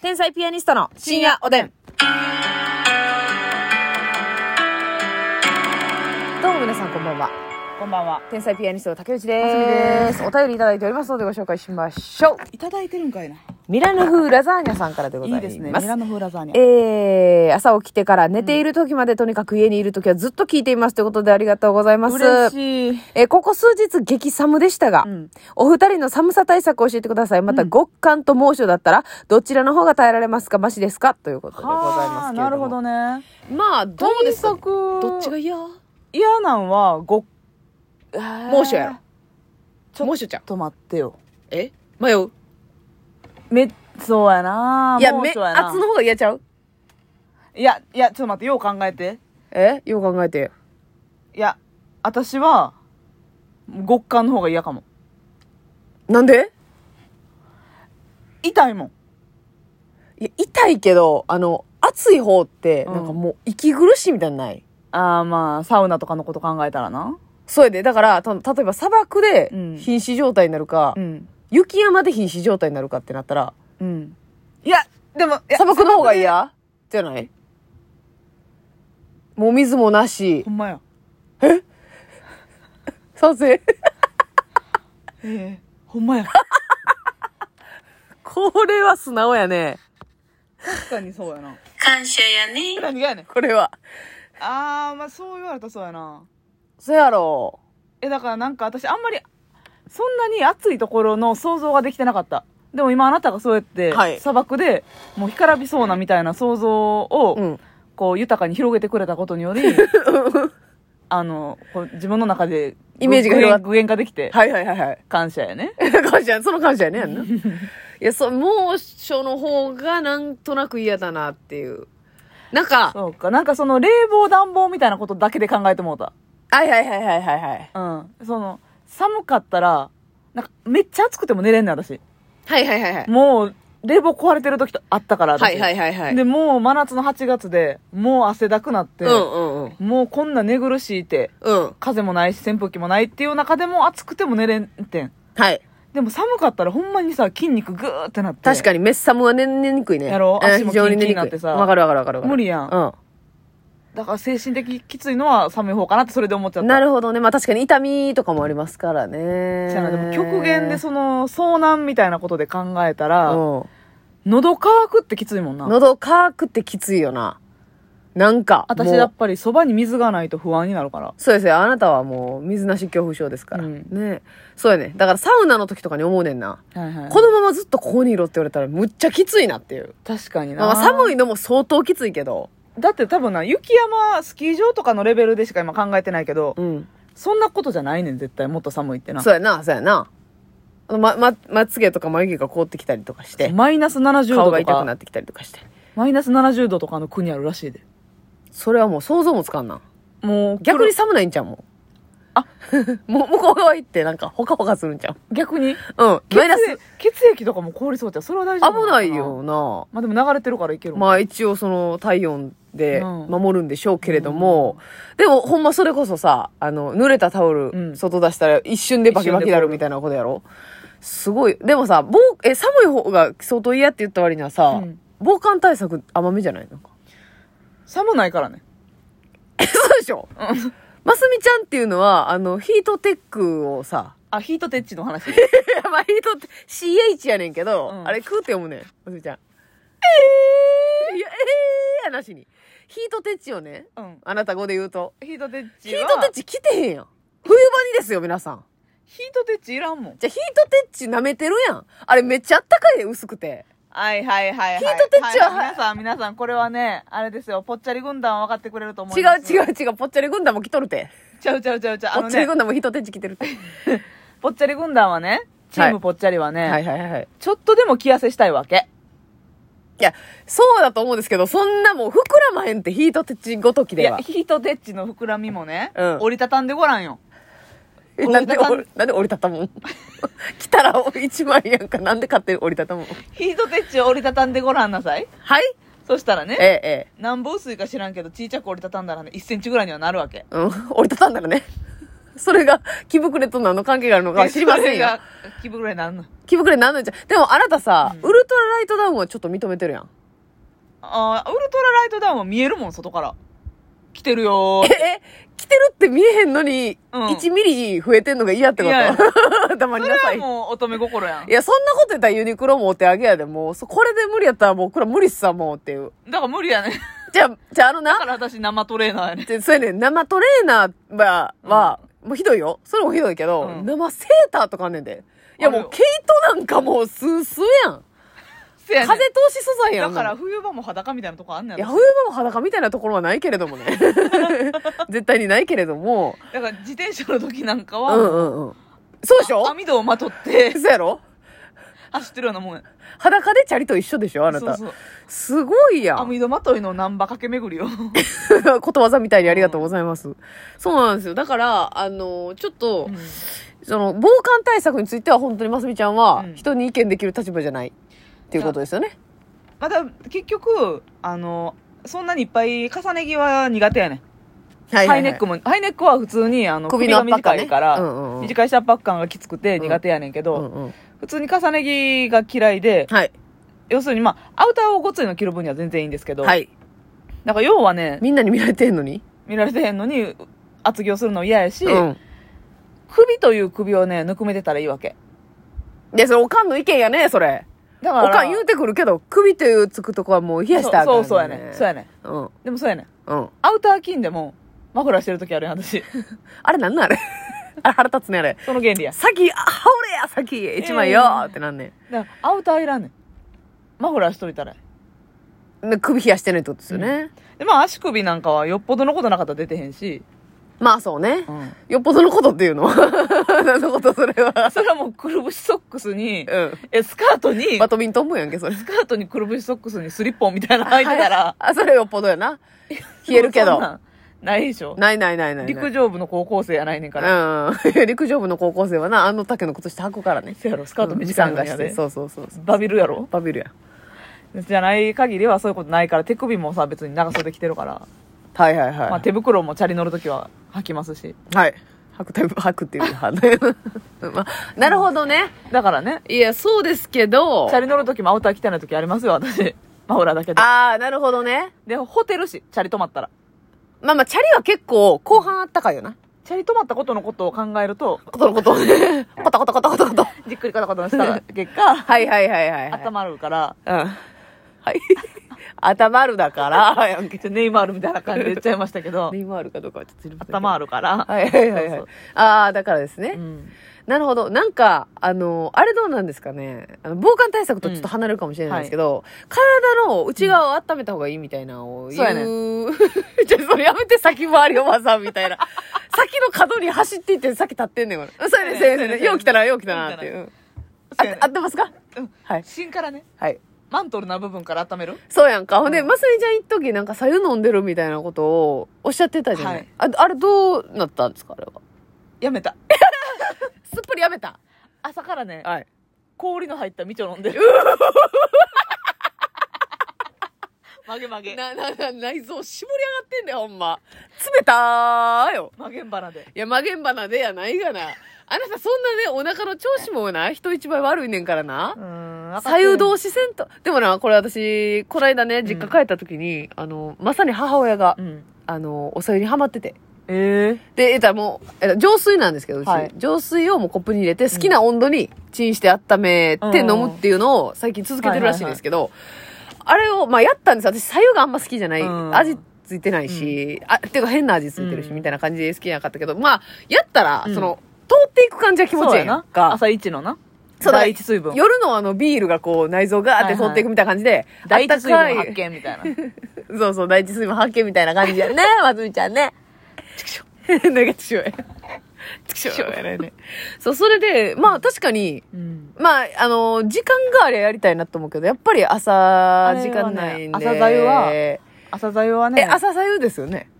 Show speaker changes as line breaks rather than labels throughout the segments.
天才ピアニストの深夜おでん。どうも皆さんこんばんは。
こんばんは。
天才ピアニストの竹内
まさみ
で。
ですす
お便りいただいておりますのでご紹介しましょう。
いただいてるんかいな。
ミラノ風ラザーニャさんからでござい
い
ま
い
す。
ですね。ミラノ風ラザーニャ。
えー、朝起きてから寝ている時まで、とにかく家にいる時はずっと聞いていますということでありがとうございます。
嬉しい。
えーここ数日激寒でしたが、
ん
お二人の寒さ対策を教えてください。また極寒と猛暑だったら、どちらの方が耐えられますかマシですかということでございま
は
す
あ、
けれ
な
ど
る
も。
ほどね。
まあ、どうですか
対策
どっちが嫌
嫌なんは、ご、
猛
猛
暑やろ。
ちょ
猛暑ちゃん
ちょっと待ってよ。
え迷う
め、そうやな。
いや、
もう
め、
そうやな
熱の方が嫌ちゃう
いや、いや、ちょっと待って、よう考えて。
えよう考えて。
いや、私は、極寒の方が嫌かも。
なんで
痛いもん。
いや、痛いけど、あの、暑い方って、
うん
なんかもう、息苦しいみたいなのない、
ああ、まあ、サウナとかのこと考えたらな。
そうやで。だから、た例えば砂漠で
うん
瀕死状態になるか、
うん。
雪山で瀕死状態になるかってなったら、
うん。いや、でも、いや
砂漠の方が
砂で
嫌じゃないもう水もなし
ほ、んまや。
賛成
ええ、ほんまや。
これは素直やね。
確かにそうや な。
感謝やね。
何がやねん。
これは。
あー、まあそう言われたらそうやな。
そやろ。
え、だからなんか私あんまり、そんなに暑いところの想像ができてなかった。でも今あなたがそうやって、
はい
砂漠でもう干からびそうなみたいな想像を、
うん。
こう豊かに広げてくれたことに より、あの、こう自分の中で
イメージが広がっ
具現具現化できて、
はいはいはい はい。
感謝やね。
感謝、その感謝やねや んな。いや、そう、猛暑の方がなんとなく嫌だなっていう。なんか、
そうか。なんかその冷房暖房みたいなことだけで考えてもうた。
はいはいはいはいはいはい。
うん。その、寒かったら、なんかめっちゃ暑くても寝れんねん私。
はいはいはいはい。
もう、冷房壊れてる時とあったから、私
はいはいはいはい。
で、もう真夏の8月で、もう汗だくなって、
うんうんうん。
もうこんな寝苦しいて、
うん。
風もないし扇風機もないっていう中でも暑くても寝れんてん。
はい。
でも寒かったらほんまにさ、筋肉ぐーってなって。
確かに、メッサムは寝寝にくいね。
やろ
うん
足も
非常に寝
キンキン
に
になっ
くい。
てさ
わかるわかるわかるわかる。
無理やん
う
だから精神的きついのは寒い方かなってそれで思っちゃっ
ん。
た。
なるほどね。まあ確かに痛みとかもありますからね。
じゃあでも極限でその、遭難みたいなことで考えたら、
うん。
喉乾くってきついもんな。
喉乾くってきついよな。なんか。
私
もう
やっぱりそばに水がないと不安になるから。
そうですよ。あなたはもう水なし恐怖症ですから。
うん
ねそうやね。だからサウナの時とかに思うねんな。
はいはい
このままずっとここにいろって言われたらむっちゃきついなっていう。
確かにな。
まあ寒いのも相当きついけど。
だって多分な、雪山、スキー場とかのレベルでしか今考えてないけど、
うん。
そんなことじゃないねん、絶対。もっと寒いってな。
そうやな、そうやな。あのま、ま、まつげとか眉毛が凍ってきたりとかして。
マイナス70
顔
度
が
と
痛くな
か
っ、てきたりとかして。
マイナス70度とかの国あるらしいで。
それはもう想像もつかんな。
もう、
逆に、寒ないんちゃうもん。
あ、
もう向こう側行ってなんかほかほかするんちゃう
逆
う
に、
ん。
血
マイナス
液血液とかも凍りそうじゃん。それは大丈夫
危
のか
ないよ。な。
まあでも流れてるからいけるもん。
まあ一応その体温で
うん
守るんでしょうけれども、でもほんまそれこそさ、あの、濡れたタオ
う
ル、
ん
外出したら一瞬でバキバキなるみたいなことやろすごい。でもさ、防、え、寒い方が相当嫌って言った割にはさ、
うん
防寒対策甘めじゃないなんか。
寒ないからね。
え、そうでしょますみちゃんっていうのは、あの、ヒートテックをさ、
あ、ヒートテッチの 話。
いやまあ、ヒートって CH やねんけど、
うん
あれ、クーって読むねん、ますみちゃん。えー、いや、えーやなしに。ヒートテッチをね、
うん。
あなた語で言うと。
ヒートテッチ
ヒー
は。
トテッチ来てへんやん。冬場にですよ、皆さん。
ヒートテッチいらんもん。
じゃあ、ヒートテッチ舐めてるやん。あれめっちゃあったかいで、薄くて。
はいはいはい、はい。
ヒートテッチはい
皆さん、皆さん、これはね、あれですよ、ぽっちゃり軍団は分かってくれると思
違
いうます。
違う違う、ぽっちゃり軍団も来とるて。
ちゃうちゃうちゃうちゃう。あ
ぽ
の
っちゃり
ね、
軍団もヒートテッチ来てるて。
ぽっちゃり軍団はね、チームぽっちゃりはね、
はいはいはいはい。
ちょっとでも着痩せしたいわけ。
いや、そうだと思うんですけど、そんなもう膨らまへんって、ヒートテッチごとき
い
で
や、
は。
ヒートテッチの膨らみもね、
うん
折りたたんでごらんよ。
えなんで
折りたたん
折り、なんで折りたたむん 来たら一枚やんか。なんで勝手に折りたたむん
ヒートテッチを折りたたんでごらんなさい。
はい
そしたら
え
ね、
え、ええ。
何ぼ薄いか知らんけど、ちいちゃく折りたたんだらね、1センチぐらいにはなるわけ。
うん、折りたたんだらね。それが気膨れと何の関係があるのかは知りませんよ。
気分ぐらいなんの
気膨れなんのじゃう。でもあなたさ、
うん
ウルトラライトダウンはちょっと認めてるやん。
ああウルトラライトダウンは見えるもん外から来てるよー
え、え、着てるって見えへんのに、
うん
1ミリ増えてんのが嫌ってこ
いやい
と 黙り
そ
な
れ
さ。
はい
い
もう乙女心やん
や、そんなこと言ったらユニクロもお手上げやで、もう、そこれで無理やったらもう、これは無理っすわ、もうっていう。
だから無理やね
じゃあ、じゃああの
だ
な
か、ら私生トレーナーやね
でそうやねん生トレーナーは、はもうひどいよ。それもひどいけど、
うん
生セーターとかあんねんで。いや
あ
も
るよ
う、毛糸なんかもう、スースーやん。
せやねん
風通し素材や
だ
ん。
から冬場も裸みたいなとこあんねん
いや、
だ
冬場も裸みたいなところはないけれど もね。絶対にないけれども。
から自転車の時なんか
うんう
は
んうん。そうでしょ
網戸をまとって
そうやろ
走ってるようなもんや
裸でチャリと一緒でしょあなた。
そうそう
すごいやん。
網戸まといの難波かけ 巡りを
ことわざみたいにありがとうございます。そうなんですよ。だから、あの、ちょっと、
うん
その、防寒対策については本当にますみちゃんは
うん、
人に意見できる立場じゃない。っていうことですよね。
また結局あのそんなにいっぱい重ね着は苦手やねん
は
ハイネックも、ハイネックは普通にあの
首
首
の
が
圧迫
短
感ね
いから、
うんうんうん
短いし圧迫感がきつくて
うん
苦手やねんけ
う
ど、
んうん。
普通に重ね着が嫌いで、
はい。
要するにまあ、アウターをごついの着る分には全然いいんですけど、
はい。
なんか要はね、
みんなに見られてんのに
見られてへんのに厚着をするの嫌やし、
うん。
首という首をね、ぬくめてたらいいわけ。
で、それ、おかんの意見やね、それ。
だから、
おかん言うてくるけど、首というつくとこはもう冷やしたらあかん
そうそうそうやねん。そうやねん。
うん。
でもそうやねん。
うん。
アウター金でも、マフラーしてる時あるや ん、私。
あれなんなんあれ あれ腹立つね、あれ。
その原理や。
先、あ、羽織れや、先、一枚よーってなんね
だから、アウターいらんねん。マフラーしといたらいい。
ん。で首冷やしてないってことですよね。
で、まあ足首なんかはよっぽどのことなかったら出てへんし、
まあそうね
う。ん。
よっぽどのことっていうの 何のことそれは。
それはもうくるぶしソックスに、
う
え、スカートに、
ん。バドミントン部やんけ、それ。
スカートにくるぶしソックスにスリッポンみたいなの履いてたら、
あ、それよっぽどやな。冷えるけ
そ
ど
ん。なんないでしょ。
ないないないないない。
陸上部の高校生やないねんから。
うん。 陸上部の高校生はな、あの丈の靴下履くからね。
せやろ、スカート短いの
が
や
し
で
て。。そうそうそうそう。
バビルやろ
バビルや。
じゃない限りはそういうことないから、手首もさ、別に長袖着てるから。
はいはいはい。
まあ手袋もチャリ乗るときは履きますし。
はい。履くタイプ、履くっていう派 ね。まあなるほどね。
だからね、
いや、そうですけど
チャリ乗るときもアウター着てないときありますよ、私。マフラーだけで。
ああ、なるほどね。
で、ホテルし、チャリ止まったら。
まあまあ、チャリは結構、後半あったかいよな。
チャリ止まったことのことを考え ると、
ことのことをね。コタコタコタコタコタ。
じっくりカタカタした 結果、
はいはいはいはい、はい。。
頭あるから、
うん。はい。 頭あるだから、やんけ。
ちょネイマールみたいな感じで言っちゃいましたけど
ネ、イマールかどうかはちょっと知りません
頭あるから、
はいはいはいはい。
そう
ああ、だからですね。
そううん
なるほど。なんか、あの、あれどうなんですかね。あの防寒対策とちょっと離れるかもしれないんですけど、体の内側を温めた方がいいみたいなのを言う。
そうやね
じゃあそれやめて先回りおばさんみ たいな。先の角に走っていって先立ってんねんから。そうやねん、そうやねんそうやねん。よう来たな、よう来たなっていう。うんあ
そうやね
合ってますか
うん
はい。
芯からね、
はい。
マントルな部分から温める
そうやんか。ほんで、
うん
まさみちゃん一時なんか左右飲んでるみたいなことをおっしゃってたじゃない。
はい
ああれどうなったんですかあれは。
やめた。
すっぽりやめた。
朝からね、
はい。
氷の入ったみちょ飲ん でる。曲げ曲げ。
な、な、な、内臓絞り上がってんだよ、ほんま。冷たーよ。
曲げんばなで。
いや、曲げんばなでやないがな。あなたそんなね、お腹の調子もな、人一倍悪いねんからな。
ん
左右同士せんと。でもな、これ私、こないだね、実家帰った時に、あの、まさに母親が、
うん。
あの、おさゆにハマってて。
え
で、えたらもう、えた浄水なんですけど、うち、
はい
浄水をもうコップに入れて、好きな温度にチンして温めて飲むっていうのを最近続けてるらしいんですけど、あれを、まあやったんです私、左右があんま好きじゃない。
うん
味ついてないし、あ、ていうか変な味ついてるし、
うん
みたいな感じで好きじゃなかったけど、まあ、やったら、
うん
その、通っていく感じは気
気
持
持
ち
ち
い
い
い
い
や
なん
か。
朝一のな。
そうだ
第一水分。
夜のあのビールがこう内臓がーって通っていくみたいな感じで、
第
あ
一
った
水分
か
発
い。
見 みたいな。
そうそう、第一水分発見みたいな感じ やね、まつみちゃんね。 なんかちょい。ちくしょうやらね。そう、それで、まあ確かに、
うん。
まあ、あの、時間があれやりたいなと思うけど、やっぱり朝、時間ないんで。
あれはね朝座右は朝座右はね、
え、朝左右ですよね。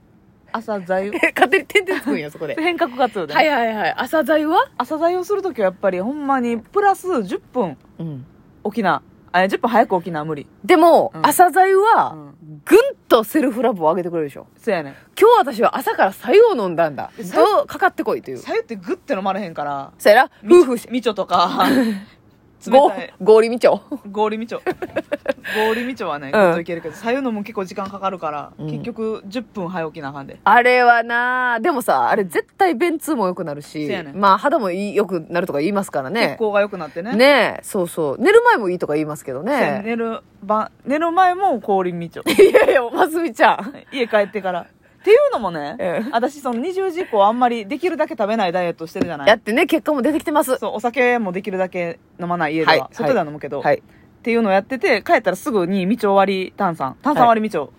朝座右。
勝手に点々つくん や、そこで。
変革活動でね。
はいはいはい。朝左右は
朝座右するときはやっぱりほんまにプラス10分
うん。
起きなあ、10分早く起きな、無理。
でも、
うん
朝剤は
う、
ぐんとセルフラブを上げてくれるでしょ。
そうやねん。
今日私は朝から白湯を飲んだんだ。
白
どうかかってこいという。
さゆってグッて飲まれへんから、
そやな、夫婦して。
みちょと か、冷
ご
たい、
合理みちょ。
氷みちょ。氷みちょはね、
うん
グッといけるけど、さゆのも結構時間かかるから、
うん
結局10分早起きなあかんで。
あれはなでもさ、あれ絶対便通も良くなるし
そやね、ん
まあ肌もいい良くなるとか言いますから
血
ね。
行が良くなってね。
ねえ、そうそう。寝る前もいいとか言いますけど
そうやね
ね。
ん寝る晩、寝る前も氷みちょ。
いやいや、ますみちゃん。
家帰ってから。っていうのもね、
ええ
私その20時以降あんまりできるだけ食べないダイエットしてるじゃな
やっ
い
てね、結果も出てきてます。
そう、お酒もできるだけ飲まない家では、
はいはい
外では飲むけど、
はい。
っていうのをやってて、帰ったらすぐにみちょ割り炭酸、炭酸割りみちょ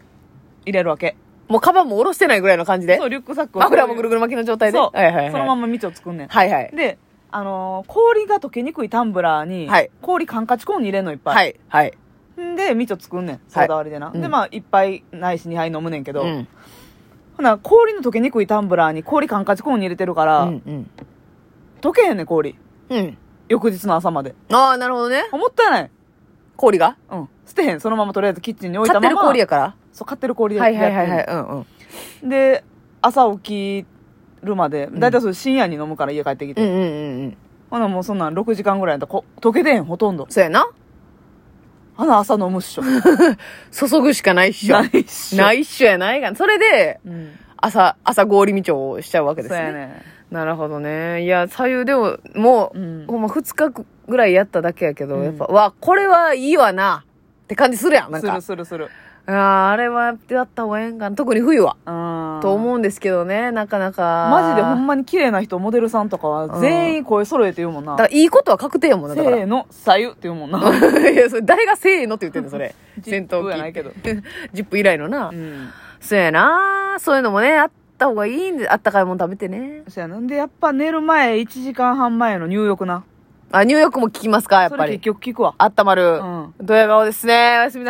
入れるわけ。
もうカバンも下ろしてないぐらいの感じで
そ。う、リュックサックを
枕もぐるぐる巻きの状態で。
そう、
はいはいはい。
そのままみちょ作んねん。
はいはい。
で、あのー氷が溶けにくいタンブラーに、
はい
氷カンカチコーンに入れんのいっぱい。
はい。はい。
んで、みちょ作んねん、ソーダ割りでな。
うん
で、まあ、一杯ないし二杯飲むねんけど、
うん。
ほな、氷の溶けにくいタンブラーに氷カンカチコーンに入れてるか
う
ら、
ん。
溶けへんねん、氷。
うん。うん。
翌日の朝まで。
ああ、なるほどね。
思ったやない。
氷が
うん。捨てへん。そのままとりあえずキッチンに置い
買
た
って
ま
る
ま。
氷やから。
そう、買ってる氷でや
は
って
い
る。
はいはいはい。うんうん。
で、朝起きるまで、
ん
だいたいそれ深夜に飲むから家帰ってき
うん
て。
うんうんうん。
ほな、もうそんなん6時間ぐらいやったらこ溶けてへん、ほとんど。
そうやな。
ほな、朝飲むっしょ。
注ぐしかないっしょ。
ないっしょ。。
ないいっしょやないが。それで、
うん。
朝、朝氷見帳をしちゃうわけです
そうや
ね。
ね。
なるほどね。いや、左右でも、もう、
うん
ほんま2日ぐらいやっただけやけど、
うん
やっぱ、わ、これはいいわな、って感じするやん、なん
す
か
る。するする。
あーあれはやった方がええんかな。特に冬は。
うん。
と
う。
思うんですけどね、なかなか。
マジでほんまに綺麗な人、モデルさんとかは全員声揃えて言うもんな。
だから、いいことは確定やもんな、
せ
だから。
ーの、さゆって言うもん な。。
いや、それ誰がせーのって言ってんの、それ
ジ
戦
ップ
闘
やないけど。
機。 ジップ以来のな。
うん。
そうやなそういうのもね、あった方がいいんで、あったかいもん食べてね。
そうやなんでやっぱ寝る前1時間半前の入浴な
あ、入浴も効きますか、やっ
そ
ぱ
れ結
り。
局聞くわ
あったまる。
うん
ドヤ顔ですね。おやすみなさい。